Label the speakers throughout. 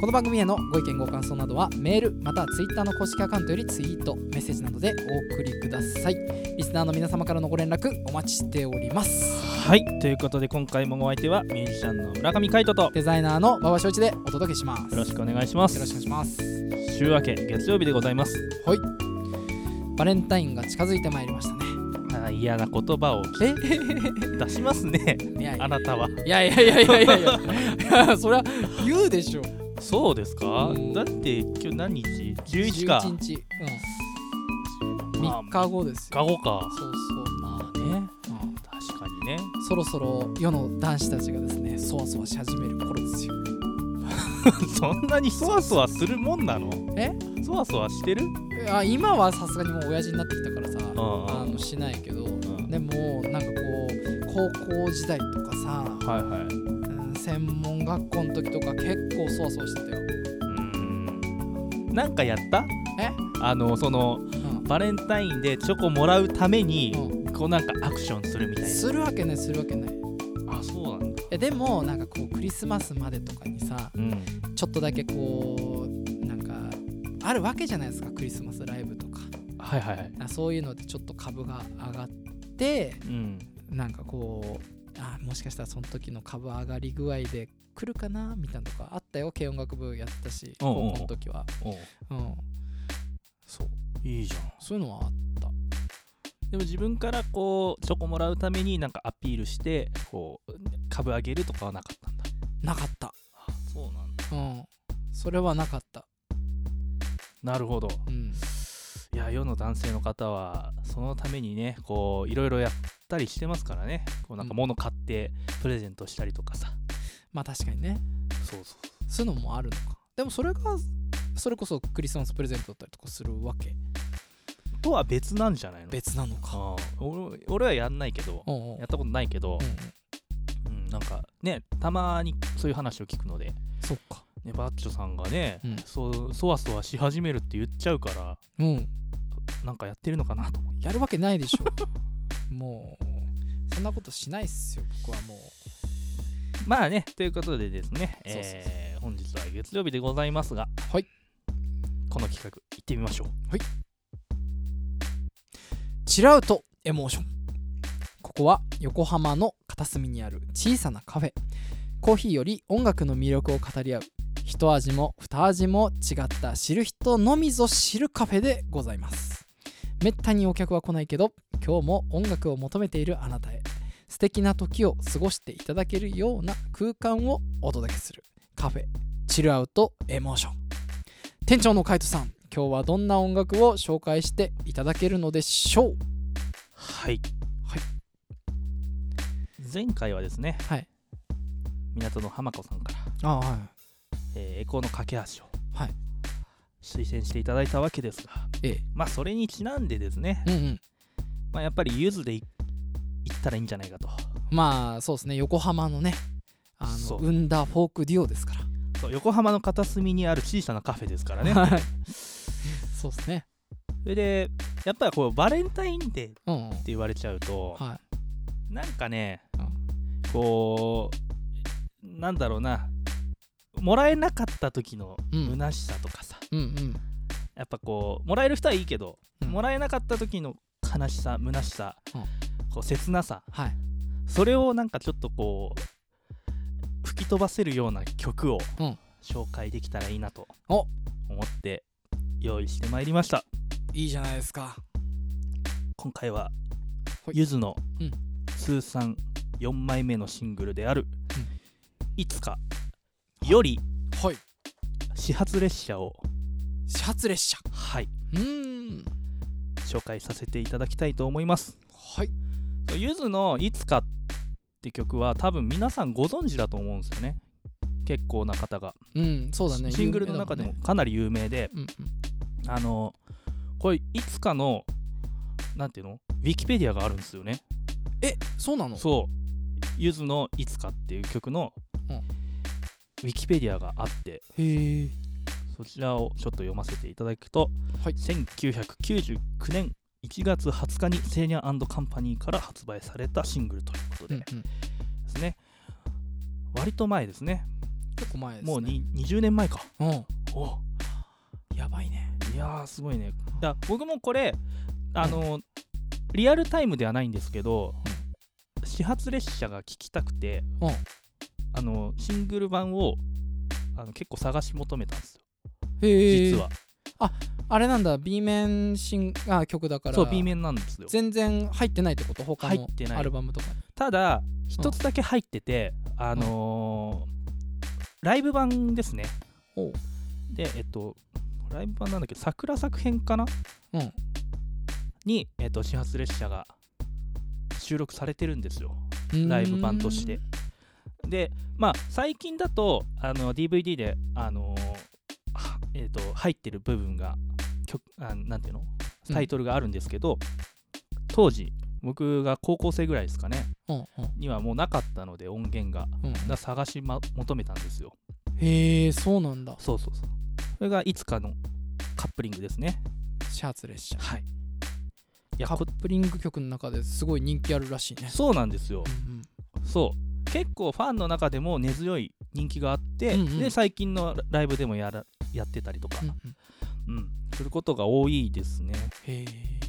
Speaker 1: この番組へのご意見ご感想などはメールまたはツイッターの公式アカウントよりツイートメッセージなどでお送りくださいリスナーの皆様からのご連絡お待ちしております
Speaker 2: はいということで今回もお相手はミュージシャンの村上海人とよ
Speaker 1: デザイナーの馬場翔一でお届けします
Speaker 2: ろしくお願いします
Speaker 1: よろしくお願いします
Speaker 2: 週明け月曜日でございます
Speaker 1: はいバレンタインが近づいてまいりましたね
Speaker 2: あー嫌な言葉を
Speaker 1: え
Speaker 2: 出しますね
Speaker 1: いやいや
Speaker 2: あなたはい
Speaker 1: やいやいやいやいやいやいやそ りゃ言うでしょ
Speaker 2: そうですか
Speaker 1: うん
Speaker 2: だって今日何日 ?11 か
Speaker 1: 11日、うん、
Speaker 2: まあ
Speaker 1: 3日後ですよ
Speaker 2: カゴか
Speaker 1: そう
Speaker 2: まあね
Speaker 1: そう、うん
Speaker 2: 確かにね
Speaker 1: そろそろ世の男子たちがですねそわそわし始める頃ですよ
Speaker 2: そんなにそわそわするもんなの
Speaker 1: え
Speaker 2: そわそわしてる
Speaker 1: あ今はさすがにもう親父になってきたからさ
Speaker 2: あ
Speaker 1: あのしないけど
Speaker 2: ん
Speaker 1: でもなんかこう高校時代とかさ、
Speaker 2: はいはいうん
Speaker 1: うん、専門学校の時とか結構そわそわしてたよ、
Speaker 2: なんかやった
Speaker 1: え
Speaker 2: あのその
Speaker 1: うん
Speaker 2: バレンタインでチョコもらうために、
Speaker 1: う
Speaker 2: こうなんかアクションするみたい
Speaker 1: するわけないするわけないい
Speaker 2: なあそうなんだ
Speaker 1: やでもなんかこうクリスマスまでとかにさ、
Speaker 2: うん
Speaker 1: ちょっとだけこうなんかあるわけじゃないですかクリスマスライブとか
Speaker 2: はいはいはい
Speaker 1: あそういうのでちょっと株が上がって
Speaker 2: うん
Speaker 1: なんかこうあもしかしたらその時の株上がり具合で来るかなみたいなとかあったよ軽音楽部やってたし
Speaker 2: おうおうおう
Speaker 1: 高校の時は、
Speaker 2: お
Speaker 1: うん、
Speaker 2: そういいじゃん
Speaker 1: そういうのはあった
Speaker 2: でも自分からこうチョコもらうためになんかアピールしてこう株上げるとかはなかったんだ
Speaker 1: なかった、
Speaker 2: あそうなんだ
Speaker 1: うん、それはなかった、
Speaker 2: なるほど
Speaker 1: うん、
Speaker 2: いや世の男性の方はそのためにねこういろいろやったりしてますからねこうなんか物買ってプレゼントしたりとかさ、
Speaker 1: まあ確かにね
Speaker 2: そうそう
Speaker 1: そういうのもあるのかでもそれがそれこそクリスマスプレゼントだったりとかするわけ
Speaker 2: とは別なんじゃないの
Speaker 1: 別なのか
Speaker 2: あー俺俺はやんないけど
Speaker 1: うんうん
Speaker 2: やったことないけど
Speaker 1: う、ん、
Speaker 2: うんなんかねたまにそういう話を聞くので、
Speaker 1: そっか
Speaker 2: ね、バッチョさんがね、
Speaker 1: うん
Speaker 2: そうそわそわし始めるって言っちゃうから
Speaker 1: うん
Speaker 2: なんかやってるのかなと思って
Speaker 1: やるわけないでしょ もうそんなことしないっすよ僕はもう
Speaker 2: まあねということでですね
Speaker 1: そうそうそう
Speaker 2: えー本日は月曜日でございますが
Speaker 1: はい
Speaker 2: この企画いってみましょう
Speaker 1: チラウトエモーションここは横浜の片隅にある小さなカフェコーヒーより音楽の魅力を語り合う一味も二味も違った知る人のみぞ知るカフェでございますめったにお客は来ないけど今日も音楽を求めているあなたへ素敵な時を過ごしていただけるような空間をお届けするカフェチルアウトエモーション店長のカイトさん今日はどんな音楽を紹介していただけるのでしょう
Speaker 2: はい、
Speaker 1: はい
Speaker 2: 前回はですね
Speaker 1: はい
Speaker 2: 港の浜子さんから、
Speaker 1: あはい
Speaker 2: えーエコーの架け橋を
Speaker 1: はい
Speaker 2: 推薦していただいたわけですが、
Speaker 1: え
Speaker 2: まあそれにちなんでですね、
Speaker 1: えうんうん
Speaker 2: まあ、やっぱりゆずでい行ったらいいんじゃないかと
Speaker 1: まあそうですね横浜のねあ
Speaker 2: そ
Speaker 1: の
Speaker 2: う
Speaker 1: 生んだフォークデュオですから
Speaker 2: そう横浜の片隅にある小さなカフェですからね
Speaker 1: はいそうですね
Speaker 2: それでやっぱりこうバレンタインデーって
Speaker 1: うん、うん、
Speaker 2: 言われちゃうと
Speaker 1: は
Speaker 2: なんかね
Speaker 1: い、うん
Speaker 2: こうなんだろうなもらえなかった時の
Speaker 1: うん
Speaker 2: 虚しさとかさ、
Speaker 1: うんうん
Speaker 2: やっぱこうもらえる人はいいけど、
Speaker 1: うん
Speaker 2: もらえなかった時の悲しさ虚しさ、
Speaker 1: うん
Speaker 2: こう切なさ
Speaker 1: はい
Speaker 2: それをなんかちょっとこう吹き飛ばせるような曲を
Speaker 1: うん
Speaker 2: 紹介できたらいいなと
Speaker 1: お
Speaker 2: 思って用意してまいりました
Speaker 1: いいじゃないですか
Speaker 2: 今回は
Speaker 1: ほい
Speaker 2: ゆずの
Speaker 1: うん
Speaker 2: 通算4枚目のシングルである
Speaker 1: うん
Speaker 2: 「いつか」より
Speaker 1: はい
Speaker 2: 始発列車を
Speaker 1: 始発列車
Speaker 2: はいう
Speaker 1: ーん
Speaker 2: 紹介させていただきたいと思います
Speaker 1: はい
Speaker 2: そうゆずの「いつか」って曲は多分皆さんご存知だと思うんですよね結構な方が
Speaker 1: うんそうだね
Speaker 2: シングルの中でも
Speaker 1: 有名
Speaker 2: かなり有名で
Speaker 1: だもんね
Speaker 2: あのこれいつかのなんていうのウィキペディアがあるんですよね
Speaker 1: えそうなの
Speaker 2: そうゆずの「いつか」っていう曲の
Speaker 1: うん
Speaker 2: ウィキペディアがあって
Speaker 1: へえ
Speaker 2: そちらをちょっと読ませていただくと、
Speaker 1: はい
Speaker 2: 1999年1月20日にセーニャカンパニーから発売されたシングルということでですね、割と前ですね
Speaker 1: 結構前ですね
Speaker 2: もうに20年前か
Speaker 1: うん
Speaker 2: お
Speaker 1: やばいね
Speaker 2: いやーすごいねだ僕もこれあの、リアルタイムではないんですけど、始発列車が聴きたくて、
Speaker 1: うん
Speaker 2: あのシングル版をあの結構探し求めたんですよ
Speaker 1: へえ
Speaker 2: 実は、
Speaker 1: あれなんだ B 面新あ曲だから
Speaker 2: そう B 面なんですよ
Speaker 1: 全然入ってないってこと他
Speaker 2: 入
Speaker 1: の
Speaker 2: ってない
Speaker 1: アルバムとかに
Speaker 2: ただ一つだけ入ってて、あのーライブ版ですね
Speaker 1: おう
Speaker 2: でえっとライブ版なんだけど桜作編かな
Speaker 1: うん
Speaker 2: に、えっと、始発列車が収録されてるんですよライブ版としてでまあ最近だとあの DVD であのーはえっと入ってる部分が曲あなんていうの
Speaker 1: うん
Speaker 2: タイトルがあるんですけど、当時僕が高校生ぐらいですかね
Speaker 1: うんうんうん
Speaker 2: にはもうなかったので音源が
Speaker 1: うん
Speaker 2: だから探し、ま、求めたんですよ
Speaker 1: へえそうなんだ
Speaker 2: そうそうそうそれがいつかのカップリングですね
Speaker 1: 始発列車
Speaker 2: はいいや
Speaker 1: カ
Speaker 2: こ
Speaker 1: ップリング曲の中ですごい人気あるらしいね
Speaker 2: そうなんですよ
Speaker 1: うん
Speaker 2: そう結構ファンの中でも根強い人気があって、
Speaker 1: うんうん
Speaker 2: で最近のライブでもやらやってたりとか
Speaker 1: うん、うんうん
Speaker 2: うんすることが多いですね
Speaker 1: へえ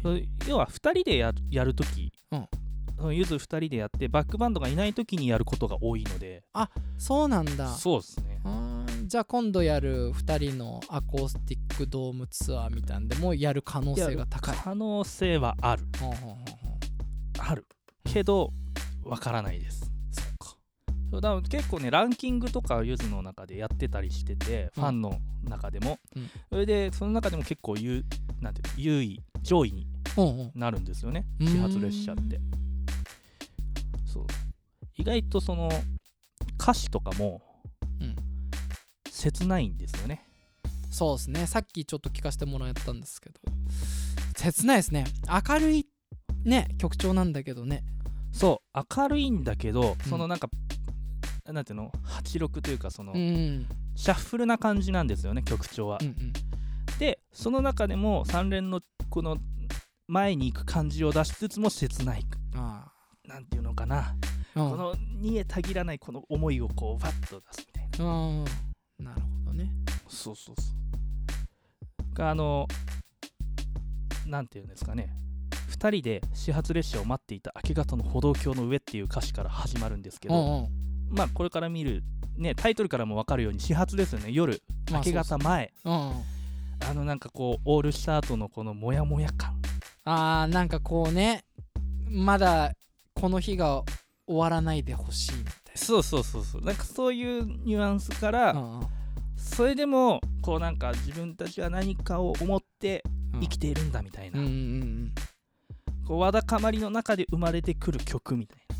Speaker 2: そう要は2人でややるとき、
Speaker 1: うん
Speaker 2: そのゆず2人でやってバックバンドがいないときにやることが多いので
Speaker 1: そうなんだ
Speaker 2: そうですね
Speaker 1: あーじゃあ今度やる2人のアコースティックドームツアーみたいなんでもやる可能性が高い。
Speaker 2: 可能性はある
Speaker 1: ほうほうほうほう
Speaker 2: あるけどわからないです
Speaker 1: そうか。
Speaker 2: そうだから結構ねランキングとかゆずの中でやってたりしてて、
Speaker 1: うん
Speaker 2: ファンの中でも、
Speaker 1: うん
Speaker 2: それでその中でも結構優なんていうの優位上位に
Speaker 1: うん
Speaker 2: なるんですよね
Speaker 1: うん、
Speaker 2: 始発列車ってそう意外とその歌詞とかも、
Speaker 1: うん
Speaker 2: 切ないんですよね
Speaker 1: そうですねさっきちょっと聞かせてもらったんですけど切ないですね明るいね曲調なんだけどね
Speaker 2: そう明るいんだけど、
Speaker 1: うん
Speaker 2: そのなんかなんていうの86というかその、
Speaker 1: うんうん
Speaker 2: シャッフルな感じなんですよね曲調は、
Speaker 1: うんうん
Speaker 2: でその中でも三連のこの前に行く感じを出しつつも切ない
Speaker 1: あ
Speaker 2: なんていうのかな、
Speaker 1: あうん
Speaker 2: この煮えたぎらないこの思いをこうバッと出すみたいな
Speaker 1: うんなるほどね
Speaker 2: そうそうそうがあのなんていうんですかね2人で始発列車を待っていた明け方の歩道橋の上っていう歌詞から始まるんですけ
Speaker 1: う
Speaker 2: ど、
Speaker 1: んうん
Speaker 2: まあこれから見るねタイトルからも分かるように始発ですよね夜
Speaker 1: ま
Speaker 2: 明
Speaker 1: あ
Speaker 2: け
Speaker 1: そ
Speaker 2: 方
Speaker 1: う
Speaker 2: 前、
Speaker 1: そううんうん
Speaker 2: あのなんかこうオールした後のこのモヤモヤ感
Speaker 1: あーなんかこうねまだこの日が終わらないでほしいみたい
Speaker 2: そうそうそうそうなんかそういうニュアンスから、
Speaker 1: な、うんうん
Speaker 2: それでもこうなんか自分たちは何かを思って
Speaker 1: うん
Speaker 2: 生きているんだみたいな、
Speaker 1: うんうんうん
Speaker 2: こうわだかまりの中で生まれてくる曲みたいな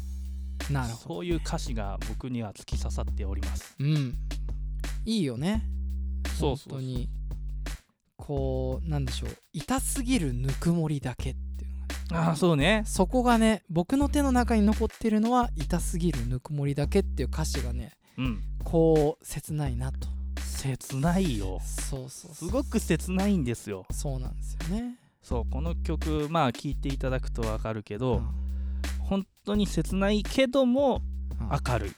Speaker 1: うんなるほど
Speaker 2: そういう歌詞が僕には突き刺さっております。
Speaker 1: うんいいよね本当
Speaker 2: に
Speaker 1: にこうなんでしょう痛すぎるぬくもりだけっていうのがね
Speaker 2: ああそうね。
Speaker 1: そこがね僕の手の中に残ってるのは痛すぎるぬくもりだけっていう歌詞がね
Speaker 2: うん。
Speaker 1: こう切ないなと
Speaker 2: 切ないよ。
Speaker 1: そうそ
Speaker 2: す
Speaker 1: うそう
Speaker 2: ごく切ないんですよ。
Speaker 1: そうなんですよね
Speaker 2: そうこの曲まあ聴いていただくとわかるけど、
Speaker 1: うん
Speaker 2: 本当に切ないけども
Speaker 1: うん
Speaker 2: 明るい。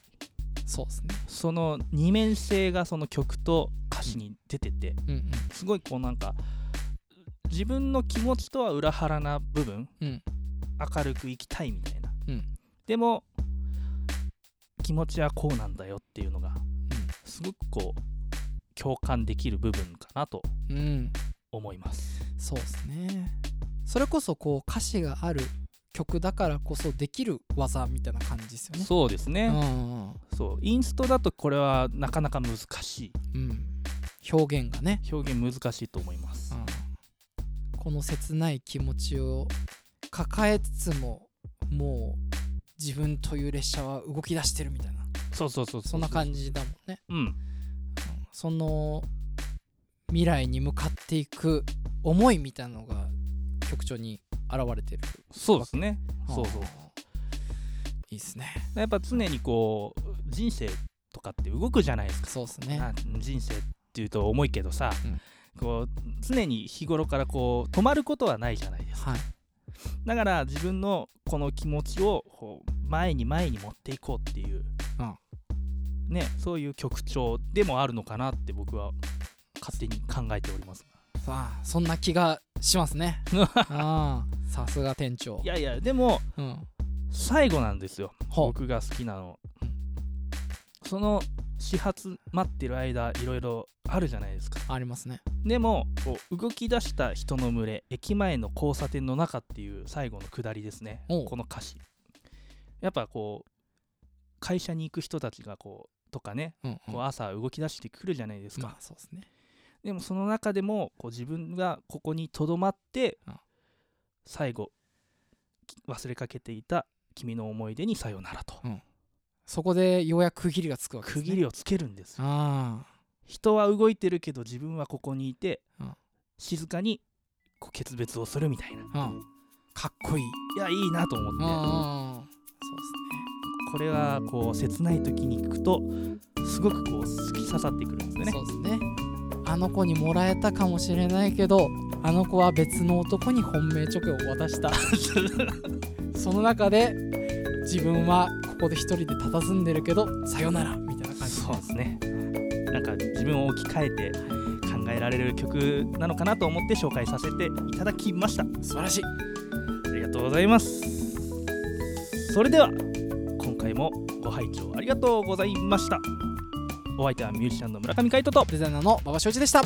Speaker 1: そうですね
Speaker 2: その二面性がその曲と歌詞に出てて、
Speaker 1: うんうん
Speaker 2: すごいこうなんか自分の気持ちとは裏腹な部分、
Speaker 1: うん
Speaker 2: 明るく生きたいみたいな、
Speaker 1: うん
Speaker 2: でも気持ちはこうなんだよっていうのが、すごくこう共感できる部分かなと
Speaker 1: うん
Speaker 2: 思います
Speaker 1: そうですねそれこそこう歌詞がある曲だからこそできる技みたいな感じですよね
Speaker 2: そうです
Speaker 1: う
Speaker 2: ね、
Speaker 1: んうんうん
Speaker 2: そうインストだとこれはなかなか難し
Speaker 1: うん、表現がね、
Speaker 2: い表現難しいと思います、
Speaker 1: この切ない気持ちを抱えつつももう自分という列車は動き出してるみたいな
Speaker 2: そうそうそうう
Speaker 1: そんな感じだもんね、
Speaker 2: うん
Speaker 1: うんその未来に向かっていく思いみたいなのが曲調に現れてる
Speaker 2: そうですね
Speaker 1: あー
Speaker 2: そうそう
Speaker 1: いいっすね
Speaker 2: やっぱ常にこう人生とかって動くじゃないですか
Speaker 1: そうっすね
Speaker 2: あ人生っていうと重いけどさ、
Speaker 1: うん
Speaker 2: こう常に日頃からこう止まることはないじゃないですか
Speaker 1: はい
Speaker 2: だから自分のこの気持ちをこう前に前に持っていこうっていう、
Speaker 1: うん
Speaker 2: ねそういう曲調でもあるのかなって僕は勝手に考えております
Speaker 1: まあそんな気がしま すねあーさすが店長
Speaker 2: いやいやでも
Speaker 1: うん
Speaker 2: 最後なんですよ
Speaker 1: ほ
Speaker 2: 僕が好きなの
Speaker 1: うん
Speaker 2: その始発待ってる間いろいろあるじゃないですか
Speaker 1: うありますね
Speaker 2: でもこう動き出した人の群れ駅前の交差点の中っていう最後の下りですね
Speaker 1: おう
Speaker 2: この歌詞やっぱこう会社に行く人たちがこうとかね
Speaker 1: うん、うん
Speaker 2: こう朝動き出してくるじゃないですか、
Speaker 1: まあそうですね
Speaker 2: でもその中でもこう自分がここにとどまって
Speaker 1: うん
Speaker 2: 最後き忘れかけていた君の思い出にさよならと
Speaker 1: そこでようやく区切りがつくわけです
Speaker 2: 区
Speaker 1: ね
Speaker 2: 切りをつけるんですよ
Speaker 1: あ
Speaker 2: 人は動いてるけど自分はここにいて
Speaker 1: うん
Speaker 2: 静かにこう決別をするみたいな
Speaker 1: あうんかっこいい
Speaker 2: いやいいなと思
Speaker 1: うん
Speaker 2: っ
Speaker 1: うん
Speaker 2: て
Speaker 1: うんそうですね
Speaker 2: これはこう切ない時に聞くとすごくこう突き刺さってくるんですよね
Speaker 1: そうですねあの子にもらえたかもしれないけどあの子は別の男に本命チョコを 渡したその中で自分はここで一人で佇んでるけどさよならみたいな感じ
Speaker 2: そうですねなんか自分を置き換えて考えられる曲なのかなと思って紹介させていただきました
Speaker 1: 素晴らしい
Speaker 2: ありがとうございますそれでは今回もご拝聴ありがとうございましたお相手はミュージシャンの村上海人と
Speaker 1: デザイナーの馬場正一でした